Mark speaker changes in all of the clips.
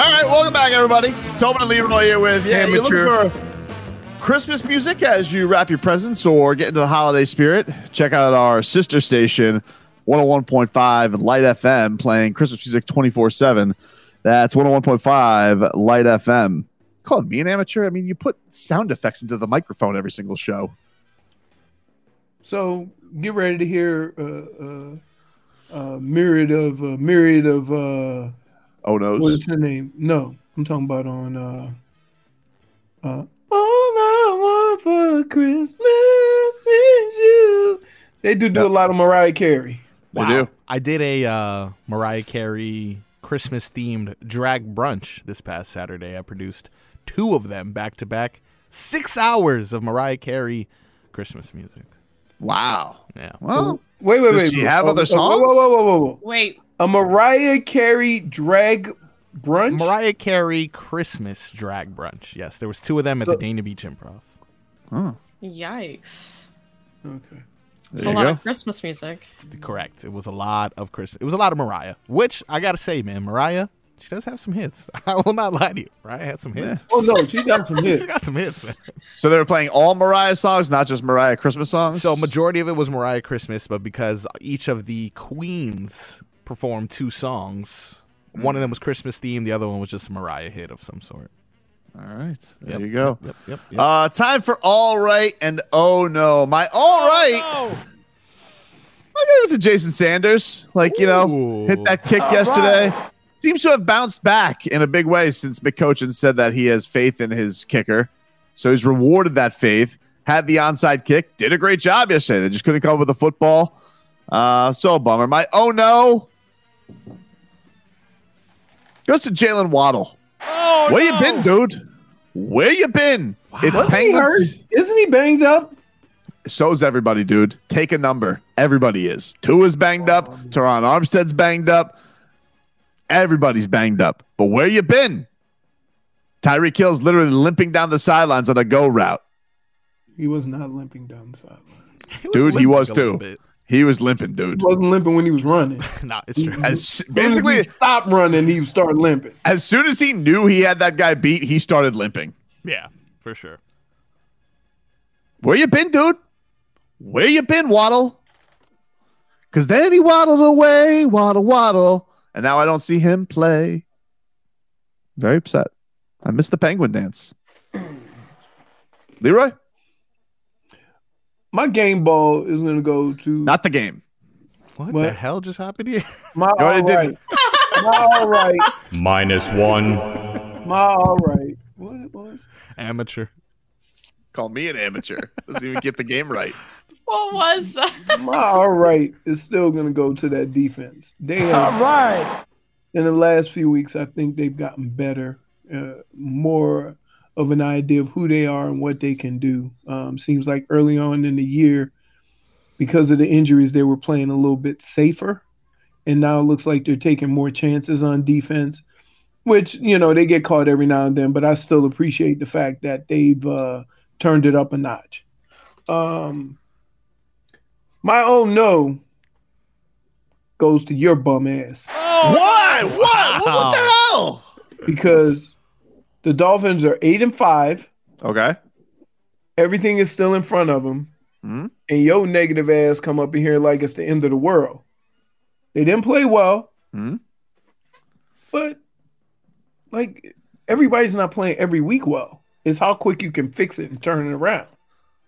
Speaker 1: back, everybody. Tobin and Leroy here with you. Yeah, you're
Speaker 2: Amateur.
Speaker 1: looking for Christmas music as you wrap your presents or get into the holiday spirit. Check out our sister station, 101.5 Light FM, playing Christmas music 24 7. That's 101.5 Light FM. Call me an amateur. I mean, you put sound effects into the microphone every single show.
Speaker 2: So get ready to hear uh, uh, a myriad of a myriad of uh,
Speaker 1: Oh, no.
Speaker 2: what's her name? No, I'm talking about on. Uh, uh, All I want for Christmas is you. They do do a lot of Mariah Carey.
Speaker 1: They do.
Speaker 3: I did a uh, Mariah Carey Christmas themed drag brunch this past Saturday. I produced two of them back to back. Six hours of Mariah Carey Christmas music.
Speaker 1: Wow.
Speaker 3: Yeah.
Speaker 1: Well,
Speaker 2: Wait, wait,
Speaker 1: Does
Speaker 2: wait. Oh,
Speaker 1: she have other
Speaker 2: Whoa, whoa,
Speaker 1: songs?
Speaker 2: whoa, whoa, whoa.
Speaker 4: Wait,
Speaker 2: A Mariah Carey drag brunch?
Speaker 3: Mariah Carey Christmas drag brunch. Yes, there was two of them at
Speaker 2: So-
Speaker 3: the Dana Beach Improv.
Speaker 4: yikes.
Speaker 2: okay.
Speaker 4: It's
Speaker 1: there
Speaker 4: a
Speaker 1: you
Speaker 4: lot
Speaker 1: go.
Speaker 4: of Christmas music.
Speaker 3: It's correct. It was a lot of Christmas. It was a lot of Mariah, which I gotta say, man, Mariah, she does have some hits. I will not lie to you. Mariah had some hits.
Speaker 2: Oh, no, she got some
Speaker 3: She's
Speaker 2: hits.
Speaker 3: got some hits, man.
Speaker 1: So they were playing all Mariah songs, not just Mariah Christmas songs.
Speaker 3: So majority of it was Mariah Christmas, but because each of the queens performed two songs, one of them was Christmas themed, the other one was just a Mariah hit of some sort.
Speaker 1: All right. There
Speaker 3: Yep,
Speaker 1: you go.
Speaker 3: Yep, yep.
Speaker 1: Uh, time for all right and oh no. My all right, I gave it to Jason Sanders. Like you know,
Speaker 3: Ooh.
Speaker 1: hit that kick yesterday. Seems to have bounced back in a big way since McCochin said that he has faith in his kicker. So he's rewarded that faith. Had the onside kick. Did a great job yesterday. They just couldn't come up with a football. Uh, so a bummer. My oh no goes to Jalen Waddle. Oh, where you been, dude? Where you been? It's
Speaker 2: Wasn't he hurt?
Speaker 1: Penguins.
Speaker 2: Isn't he banged up?
Speaker 1: So's everybody, dude. Take a number. Everybody is. Tua's banged up. Teron Armstead's banged up. Everybody's banged up. But where you been? Tyreek Hill's literally limping down the sidelines on a go route.
Speaker 2: He was not limping down the sideline.
Speaker 1: dude,
Speaker 3: was
Speaker 1: he
Speaker 3: limping
Speaker 1: was
Speaker 3: a little
Speaker 1: too.
Speaker 3: bit.
Speaker 1: He was limping,
Speaker 2: He
Speaker 1: dude.
Speaker 2: wasn't limping when he was running.
Speaker 3: Nah, it's true.
Speaker 1: As
Speaker 2: Basically, he
Speaker 1: basically,
Speaker 2: stopped running, he started limping.
Speaker 1: as soon as he knew he had that guy beat, he started limping.
Speaker 3: yeah, for sure.
Speaker 1: Where you been, dude? Where you been, Waddle? Cause then he waddled away, waddle, waddle, and now I don't see him play. Very upset. I missed the penguin dance. Leroy,
Speaker 2: My game ball is going to go to
Speaker 1: not the game.
Speaker 3: What, the
Speaker 2: What?
Speaker 3: hell just happened here?
Speaker 2: my
Speaker 1: No, it
Speaker 2: all right.
Speaker 1: didn't.
Speaker 2: My all right.
Speaker 5: Minus one.
Speaker 2: My all right. What it was?
Speaker 3: Amateur.
Speaker 1: Call me an amateur. Doesn't even get the game right.
Speaker 4: What was that?
Speaker 2: My all right is still going to go to that defense. They have,
Speaker 1: right.
Speaker 2: in the last few weeks, I think they've gotten better, uh, more of an idea of who they are and what they can do. Um, seems like early on in the year, because of the injuries, they were playing a little bit safer, and now it looks like they're taking more chances on defense. Which you know they get caught every now and then, but I still appreciate the fact that they've uh, turned it up a notch. Um, my own no goes to your bum ass
Speaker 1: Why? What? What, what the hell?
Speaker 2: because the Dolphins are eight and five.
Speaker 1: Okay.
Speaker 2: Everything is still in front of them,
Speaker 1: Hmm?
Speaker 2: and your negative ass come up in here like it's the end of the world. They didn't play well,
Speaker 1: Hmm?
Speaker 2: but like everybody's not playing every week well. It's how quick you can fix it and turn it around.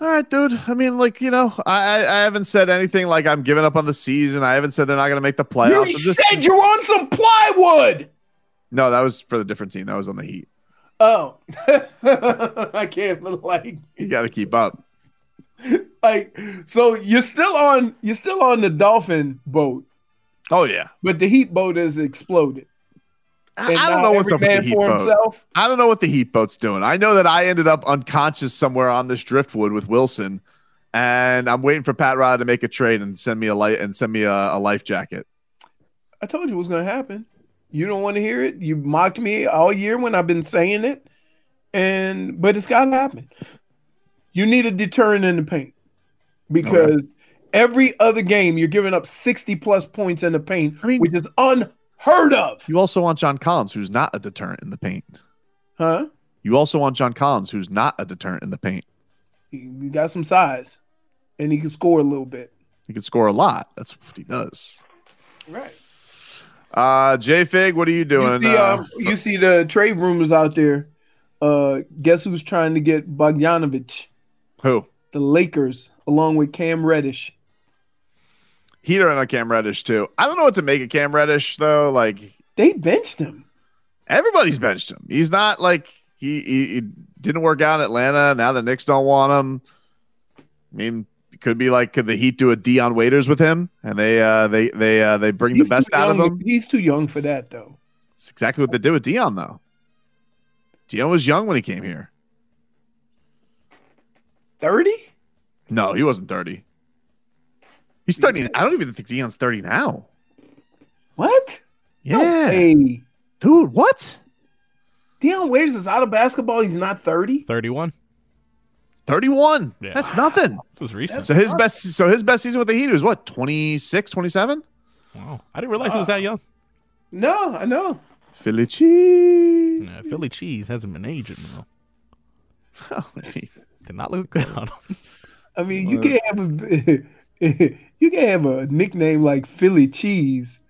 Speaker 1: All right, dude. I mean, like you know, I I, I haven't said anything like I'm giving up on the season. I haven't said they're not going to make the playoffs.
Speaker 2: You
Speaker 1: I'm just-
Speaker 2: said you're on some plywood.
Speaker 1: No, that was for the different team. That was on the Heat.
Speaker 2: Oh, I can't even like
Speaker 1: You got to keep up.
Speaker 2: like so you're still on you're still on the dolphin boat,
Speaker 1: Oh yeah.
Speaker 2: but the heat boat has exploded.
Speaker 1: I,
Speaker 2: And
Speaker 1: I don't
Speaker 2: now
Speaker 1: know what's up with
Speaker 2: every
Speaker 1: the
Speaker 2: man
Speaker 1: Heat
Speaker 2: for
Speaker 1: boat.
Speaker 2: himself.
Speaker 1: I don't know what the Heat boat's doing. I know that I ended up unconscious somewhere on this driftwood with Wilson, and I'm waiting for Pat Rod to make a trade and send me a light and send me a, a life jacket.
Speaker 2: I told you what's going to happen. You don't want to hear it. You mocked me all year when I've been saying it, and but it's got to happen. You need a deterrent in the paint because every other game you're giving up sixty plus points in the paint,
Speaker 1: I mean-
Speaker 2: which is unheard heard of.
Speaker 1: You also want John Collins, who's not a deterrent in the paint.
Speaker 2: Huh?
Speaker 1: You also want John Collins, who's not a deterrent in the paint.
Speaker 2: He, he got some size, and he can score a little bit.
Speaker 1: He can score a lot. That's what he does.
Speaker 2: Right.
Speaker 1: Uh, J Fig, what are you doing?
Speaker 2: You see,
Speaker 1: uh,
Speaker 2: um, you see the trade rumors out there. Uh, guess who's trying to get Bogdanovich?
Speaker 1: who?
Speaker 2: The Lakers, along with Cam Reddish.
Speaker 1: Heater and a Cam Reddish too. I don't know what to make of Cam Reddish though. Like
Speaker 2: They benched him.
Speaker 1: everybody's benched him. He's not like he, he, he didn't work out in Atlanta. Now the Knicks don't want him. I mean, it could be like could the Heat do a Dion Waiters with him, and they uh, they they uh, they bring the
Speaker 2: too
Speaker 1: best out of
Speaker 2: young-
Speaker 1: him.
Speaker 2: He's too young for that, though.
Speaker 1: It's exactly what they did with Dion though. Dion was young when he came here.
Speaker 2: Thirty?
Speaker 1: No, he wasn't thirty. He's thirty. I don't even think Dion's thirty now.
Speaker 2: What?
Speaker 1: Yeah,
Speaker 2: Hey,
Speaker 1: dude, what?
Speaker 2: Deion Waiters is out of basketball. He's not thirty.
Speaker 3: 31.
Speaker 1: Thirty-one.
Speaker 3: Yeah.
Speaker 1: That's nothing.
Speaker 3: This was recent.
Speaker 1: So his best. So his best season with the Heat was what 26, 27?
Speaker 3: Wow. I didn't realize it was that young.
Speaker 2: No, I know.
Speaker 1: Philly cheese.
Speaker 3: Nah, Philly cheese hasn't been aging, though.
Speaker 2: Hmm.
Speaker 1: All
Speaker 3: Did not look good on him.
Speaker 2: I mean, you can have a you can have a nickname like Philly Cheese,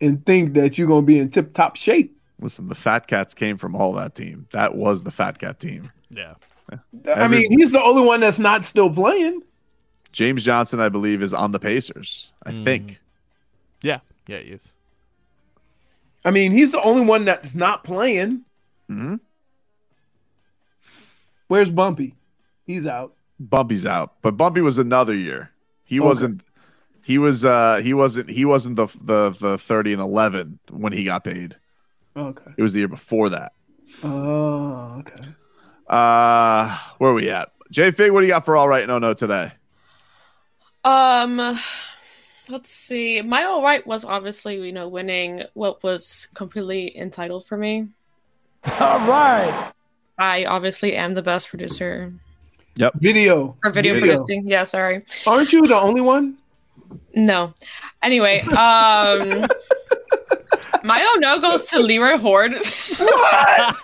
Speaker 2: and think that you're gonna be in tip top shape.
Speaker 1: Listen, the Fat Cats came from all that team. That was the Fat Cat team.
Speaker 3: Yeah.
Speaker 2: I
Speaker 1: Every-
Speaker 2: mean, he's the only one that's not still playing.
Speaker 1: James Johnson, I believe, is on the Pacers. I
Speaker 2: Hmm.
Speaker 1: think.
Speaker 3: Yeah. Yeah, he is.
Speaker 2: I mean, he's the only one that's not playing.
Speaker 1: Mhm.
Speaker 2: Where's Bumpy? He's out.
Speaker 1: Bumpy's out, but Bumpy was another year. He
Speaker 2: Okay.
Speaker 1: wasn't. He was. uh He wasn't. He wasn't the the the thirty and eleven when he got paid.
Speaker 2: Okay.
Speaker 1: It was the year before that.
Speaker 2: Oh, okay.
Speaker 1: Uh Where are we at? J Fig, what do you got for all right? No, no, today.
Speaker 4: Um, let's see. My all right was obviously, you know, winning what was completely entitled for me.
Speaker 2: All right.
Speaker 4: I obviously am the best producer
Speaker 2: Video.
Speaker 4: or video,
Speaker 1: Video.
Speaker 4: producing. Yeah, sorry.
Speaker 2: Aren't you the only one?
Speaker 4: No. Anyway, um, my oh no goes to Leroy Horde.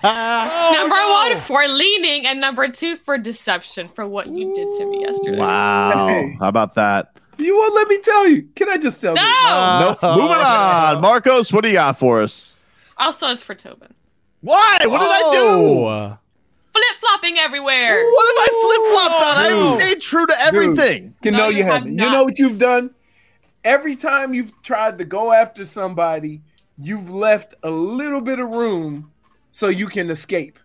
Speaker 4: number one for leaning, and number two for deception for what you did to me yesterday.
Speaker 1: Wow.
Speaker 2: Hey.
Speaker 1: How about that?
Speaker 2: You won't let me tell you. Can I just tell
Speaker 4: No.
Speaker 2: you? Oh.
Speaker 1: Nope. Moving on, Marcos. What do you got for us?
Speaker 4: Also, it's for Tobin.
Speaker 1: Why? What did I do?
Speaker 3: I
Speaker 4: Flip flopping everywhere.
Speaker 1: What have I flip flopped on?
Speaker 2: Dude.
Speaker 1: I stayed true to everything.
Speaker 2: Can
Speaker 4: No,
Speaker 2: know
Speaker 4: you
Speaker 2: you
Speaker 4: have
Speaker 2: haven't. You know
Speaker 4: not.
Speaker 2: what you've done? Every time you've tried to go after somebody, you've left a little bit of room so you can escape.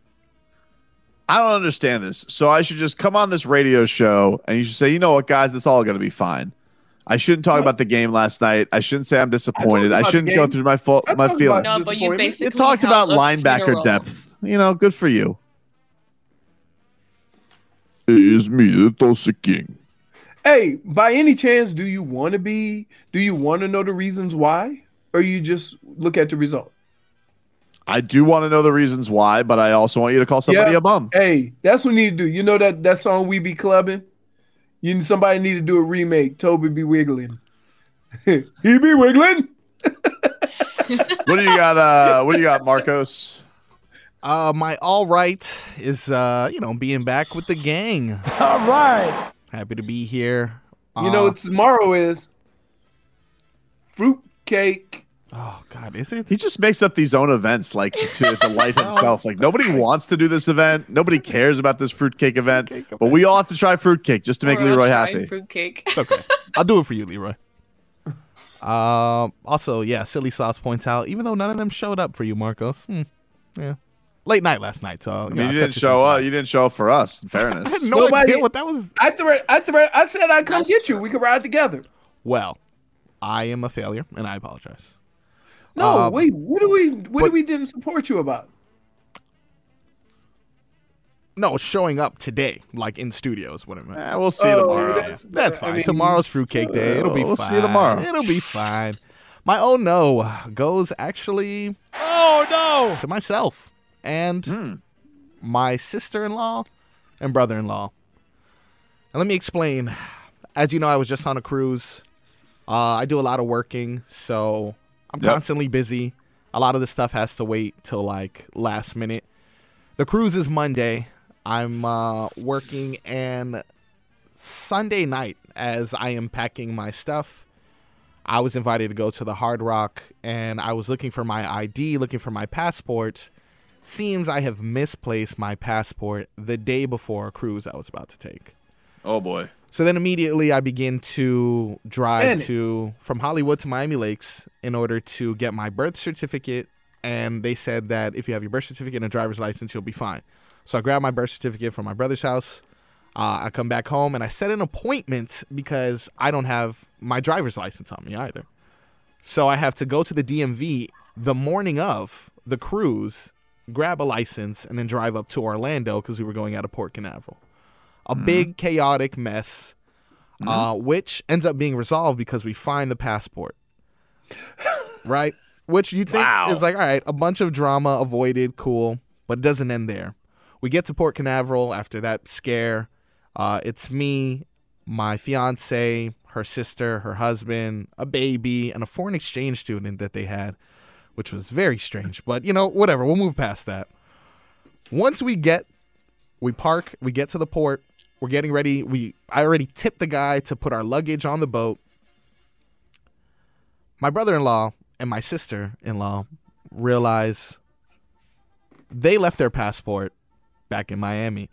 Speaker 1: I don't understand this. So I should just come on this radio show and you should say, you know what, guys, it's all going to be fine. I shouldn't talk about the game last night. I shouldn't say I'm disappointed. I,
Speaker 2: about the
Speaker 1: shouldn't go
Speaker 2: game.
Speaker 1: through my fo-
Speaker 2: I
Speaker 1: my
Speaker 2: talked
Speaker 1: feelings.
Speaker 2: about
Speaker 4: No, but you
Speaker 2: Disappointment.
Speaker 4: basically
Speaker 1: You talked
Speaker 4: held
Speaker 1: about
Speaker 4: a
Speaker 1: linebacker
Speaker 4: funeral.
Speaker 1: depth. You know, good for you. It is me, the Tulsa King.
Speaker 2: Hey, by any chance, do you want to be? Do you want to know the reasons why, or you just look at the result?
Speaker 1: I do want to know the reasons why, but I also want you to call somebody
Speaker 2: Yeah.
Speaker 1: a bum.
Speaker 2: Hey, that's what we need to do. You know that that song we be clubbing. You somebody need to do a remake. Toby be wiggling. he be wiggling.
Speaker 1: What do you got? Uh, what do you got, Marcos?
Speaker 3: Uh, my all right is uh, you know, being back with the gang.
Speaker 2: All right.
Speaker 3: Happy to be here.
Speaker 2: You know
Speaker 3: Uh,
Speaker 2: what tomorrow is? Fruitcake.
Speaker 3: oh God, is it?
Speaker 1: He just makes up these own events, like to, to life himself. Like nobody wants to do this event. Nobody cares about this fruitcake event.
Speaker 3: Fruitcake
Speaker 1: But we all have to try fruitcake just to make
Speaker 4: Or else
Speaker 1: Leroy
Speaker 4: try
Speaker 1: happy.
Speaker 4: Fruitcake.
Speaker 3: It's okay. I'll do it for you, Leroy. Um. Also, yeah, silly sauce points out. Even though none of them showed up for you, Marcos. Hmm. Yeah. Late night last night, so
Speaker 1: I mean, you didn't show up. You didn't show up for us. In
Speaker 3: I
Speaker 1: fairness,
Speaker 3: had no
Speaker 2: Nobody-
Speaker 3: idea what that was.
Speaker 2: I threat. I threat. I said I'd come
Speaker 4: That's
Speaker 2: get you. We could ride together.
Speaker 3: Well, I am a failure, and I apologize.
Speaker 2: No,
Speaker 3: Um,
Speaker 2: wait. What do we? What do
Speaker 3: but-
Speaker 2: we didn't support you about?
Speaker 3: No, showing up today, like in studio, is what I meant.
Speaker 1: Eh, we'll see you
Speaker 2: Oh,
Speaker 1: tomorrow.
Speaker 2: that's-
Speaker 3: That's
Speaker 2: I
Speaker 3: fine.
Speaker 2: mean-
Speaker 3: Tomorrow's fruitcake day. It'll be
Speaker 1: We'll
Speaker 3: fine.
Speaker 1: see you tomorrow.
Speaker 3: It'll be fine. My oh no goes actually Oh no to myself and my sister-in-law and brother-in-law. And let me explain. As you know, I was just on a cruise. Uh, I do a lot of working, so I'm
Speaker 1: Yep.
Speaker 3: constantly busy. A lot of this stuff has to wait till like last minute. The cruise is Monday. I'm uh, working and Sunday night as I am packing my stuff. I was invited to go to the Hard Rock and I was looking for my ID, looking for my passport. Seems I have misplaced my passport the day before a cruise I was about to take.
Speaker 1: Oh boy.
Speaker 3: So then immediately I begin to drive
Speaker 2: Man.
Speaker 3: to from Hollywood to Miami Lakes in order to get my birth certificate. And they said that if you have your birth certificate and a driver's license, you'll be fine. So I grabbed my birth certificate from my brother's house. Uh, I come back home and I set an appointment because I don't have my driver's license on me either. So I have to go to the DMV the morning of the cruise, grab a license, and then drive up to Orlando because we were going out of Port Canaveral a big chaotic mess, uh, which ends up being resolved because we find the passport, right? Which you think is like, all right, a bunch of drama avoided, cool, but it doesn't end there. We get to Port Canaveral after that scare. Uh, it's me, my fiance, her sister, her husband, a baby, and a foreign exchange student that they had, which was very strange. But you know, whatever. We'll move past that. Once we get we park, we get to the port, we're getting ready. We I already tipped the guy to put our luggage on the boat. My brother-in-law and my sister-in-law realize they left their passport back in Miami.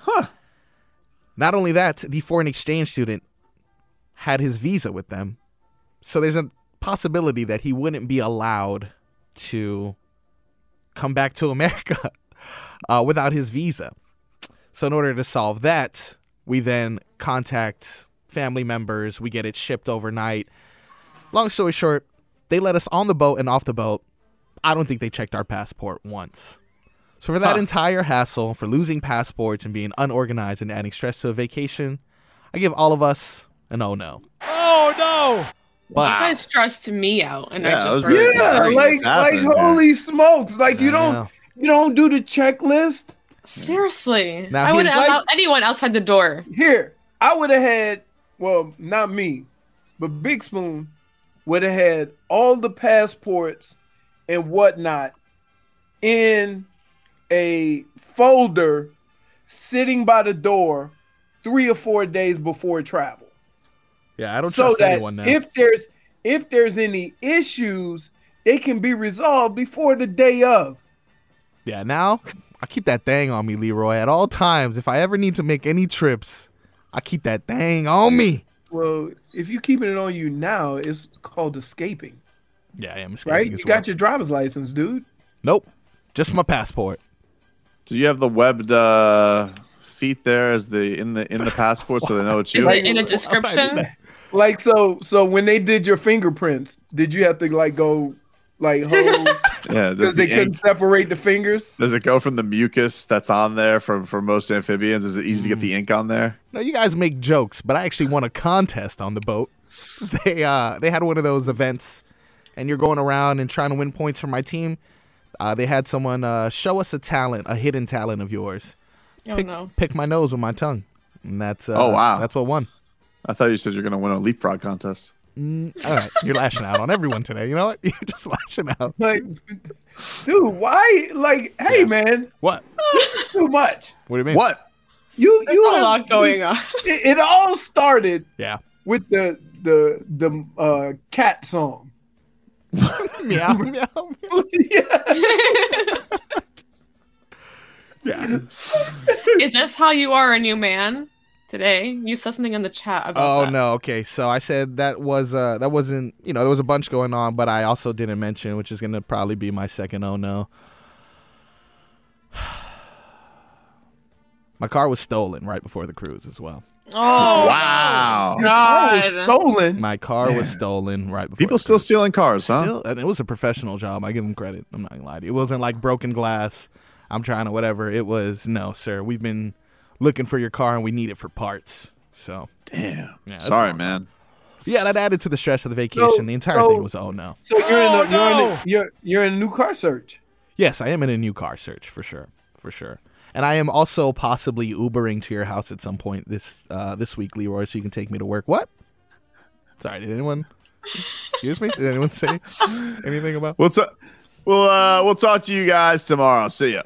Speaker 1: Huh.
Speaker 3: Not only that, the foreign exchange student had his visa with them. So there's a possibility that he wouldn't be allowed to come back to America uh, without his visa. So, in order to solve that, we then contact family members. We get it shipped overnight. Long story short, they let us on the boat and off the boat. I don't think they checked our passport once. So, for that
Speaker 1: Huh.
Speaker 3: entire hassle, for losing passports and being unorganized and adding stress to a vacation, I give all of us an oh no.
Speaker 6: Oh no!
Speaker 3: But
Speaker 4: That kind of stressed me out, and
Speaker 1: Yeah, that
Speaker 4: I just
Speaker 1: was
Speaker 4: burned it.
Speaker 2: Yeah,
Speaker 1: Sorry,
Speaker 2: like
Speaker 1: this happened,
Speaker 2: like
Speaker 1: yeah.
Speaker 2: holy smokes! Like you don't
Speaker 3: Yeah.
Speaker 2: you don't do the checklist.
Speaker 4: seriously.
Speaker 3: Now
Speaker 4: I wouldn't
Speaker 3: here's-
Speaker 4: allow anyone outside the door.
Speaker 2: Here, I would have had well, not me, but Big Spoon would have had all the passports and whatnot in a folder sitting by the door three or four days before travel.
Speaker 3: yeah, I don't
Speaker 2: so
Speaker 3: trust
Speaker 2: that
Speaker 3: anyone now.
Speaker 2: if there's if there's any issues, they can be resolved before the day of.
Speaker 3: Yeah, now I keep that thing on me, Leroy, at all times. If I ever need to make any trips, I keep that thing on me.
Speaker 2: Well, if you're keeping it on you now, it's called escaping,
Speaker 3: Yeah, I am
Speaker 2: right? You got your driver's license, dude.
Speaker 3: Nope. Just my passport.
Speaker 1: Do you have the webbed uh, feet there as the in the in the passport so they know it's
Speaker 4: Is
Speaker 1: you?
Speaker 4: it in a description?
Speaker 2: Like so, so when they did your fingerprints, did you have to like go like because
Speaker 1: Yeah. Does,
Speaker 2: they
Speaker 1: the
Speaker 2: couldn't
Speaker 1: ink,
Speaker 2: separate the fingers?
Speaker 1: does it go from the mucus that's on there from for most amphibians? Is it easy to get the ink on there?
Speaker 3: No, you guys make jokes, but I actually won a contest on the boat. They uh they had one of those events and you're going around and trying to win points for my team. Uh, they had someone uh, show us a talent, a hidden talent of yours.
Speaker 4: Oh
Speaker 3: Pick,
Speaker 4: no.
Speaker 3: pick my nose with my tongue, and that's uh,
Speaker 1: Oh, wow.
Speaker 3: that's what won.
Speaker 1: I thought you said you're gonna win a leapfrog contest.
Speaker 3: Mm, All right, you're lashing out on everyone today. You know what? You're just lashing out.
Speaker 2: Like, dude, why? Like, hey man,
Speaker 3: What?
Speaker 2: it's too much.
Speaker 3: What do you mean?
Speaker 1: What?
Speaker 2: You
Speaker 4: There's
Speaker 2: you
Speaker 4: a
Speaker 2: are-
Speaker 4: lot going on.
Speaker 2: It, it all started
Speaker 3: Yeah.
Speaker 2: with the the the uh, cat song.
Speaker 3: meow, meow, meow.
Speaker 2: yeah,
Speaker 3: Yeah.
Speaker 4: Is this how you are a new man today? You said something in the chat about
Speaker 3: Oh
Speaker 4: that.
Speaker 3: no. Okay. So I said that was uh that wasn't you know there was a bunch going on, but I also didn't mention, which is gonna probably be my second oh no. My car was stolen right before the cruise as well.
Speaker 4: Oh
Speaker 1: Wow.
Speaker 2: oh,
Speaker 4: God.
Speaker 2: stolen.
Speaker 3: My car was stolen right before.
Speaker 1: People
Speaker 3: the
Speaker 1: still
Speaker 3: cruise.
Speaker 1: stealing cars, huh?
Speaker 3: Still, and it was a professional job. I give them credit. I'm not gonna lie to you. It wasn't like broken glass. I'm trying to whatever. It was no, sir. We've been looking for your car and we need it for parts. So
Speaker 1: Damn.
Speaker 3: yeah, that's
Speaker 1: Sorry,
Speaker 3: all.
Speaker 1: man.
Speaker 3: Yeah, that added to the stress of the vacation.
Speaker 2: So-
Speaker 3: the entire
Speaker 2: so-
Speaker 3: thing was oh no.
Speaker 2: So you're
Speaker 6: Oh,
Speaker 2: in a, you're in
Speaker 6: no.
Speaker 2: a, you're you're in a new car search.
Speaker 3: Yes, I am in a new car search for sure, for sure. And I am also possibly Ubering to your house at some point this uh, this week, Leroy, so you can take me to work. What? Sorry, did anyone? Excuse me? Did anyone say anything about
Speaker 1: What's up? We'll, uh, we'll talk to you guys tomorrow. See ya.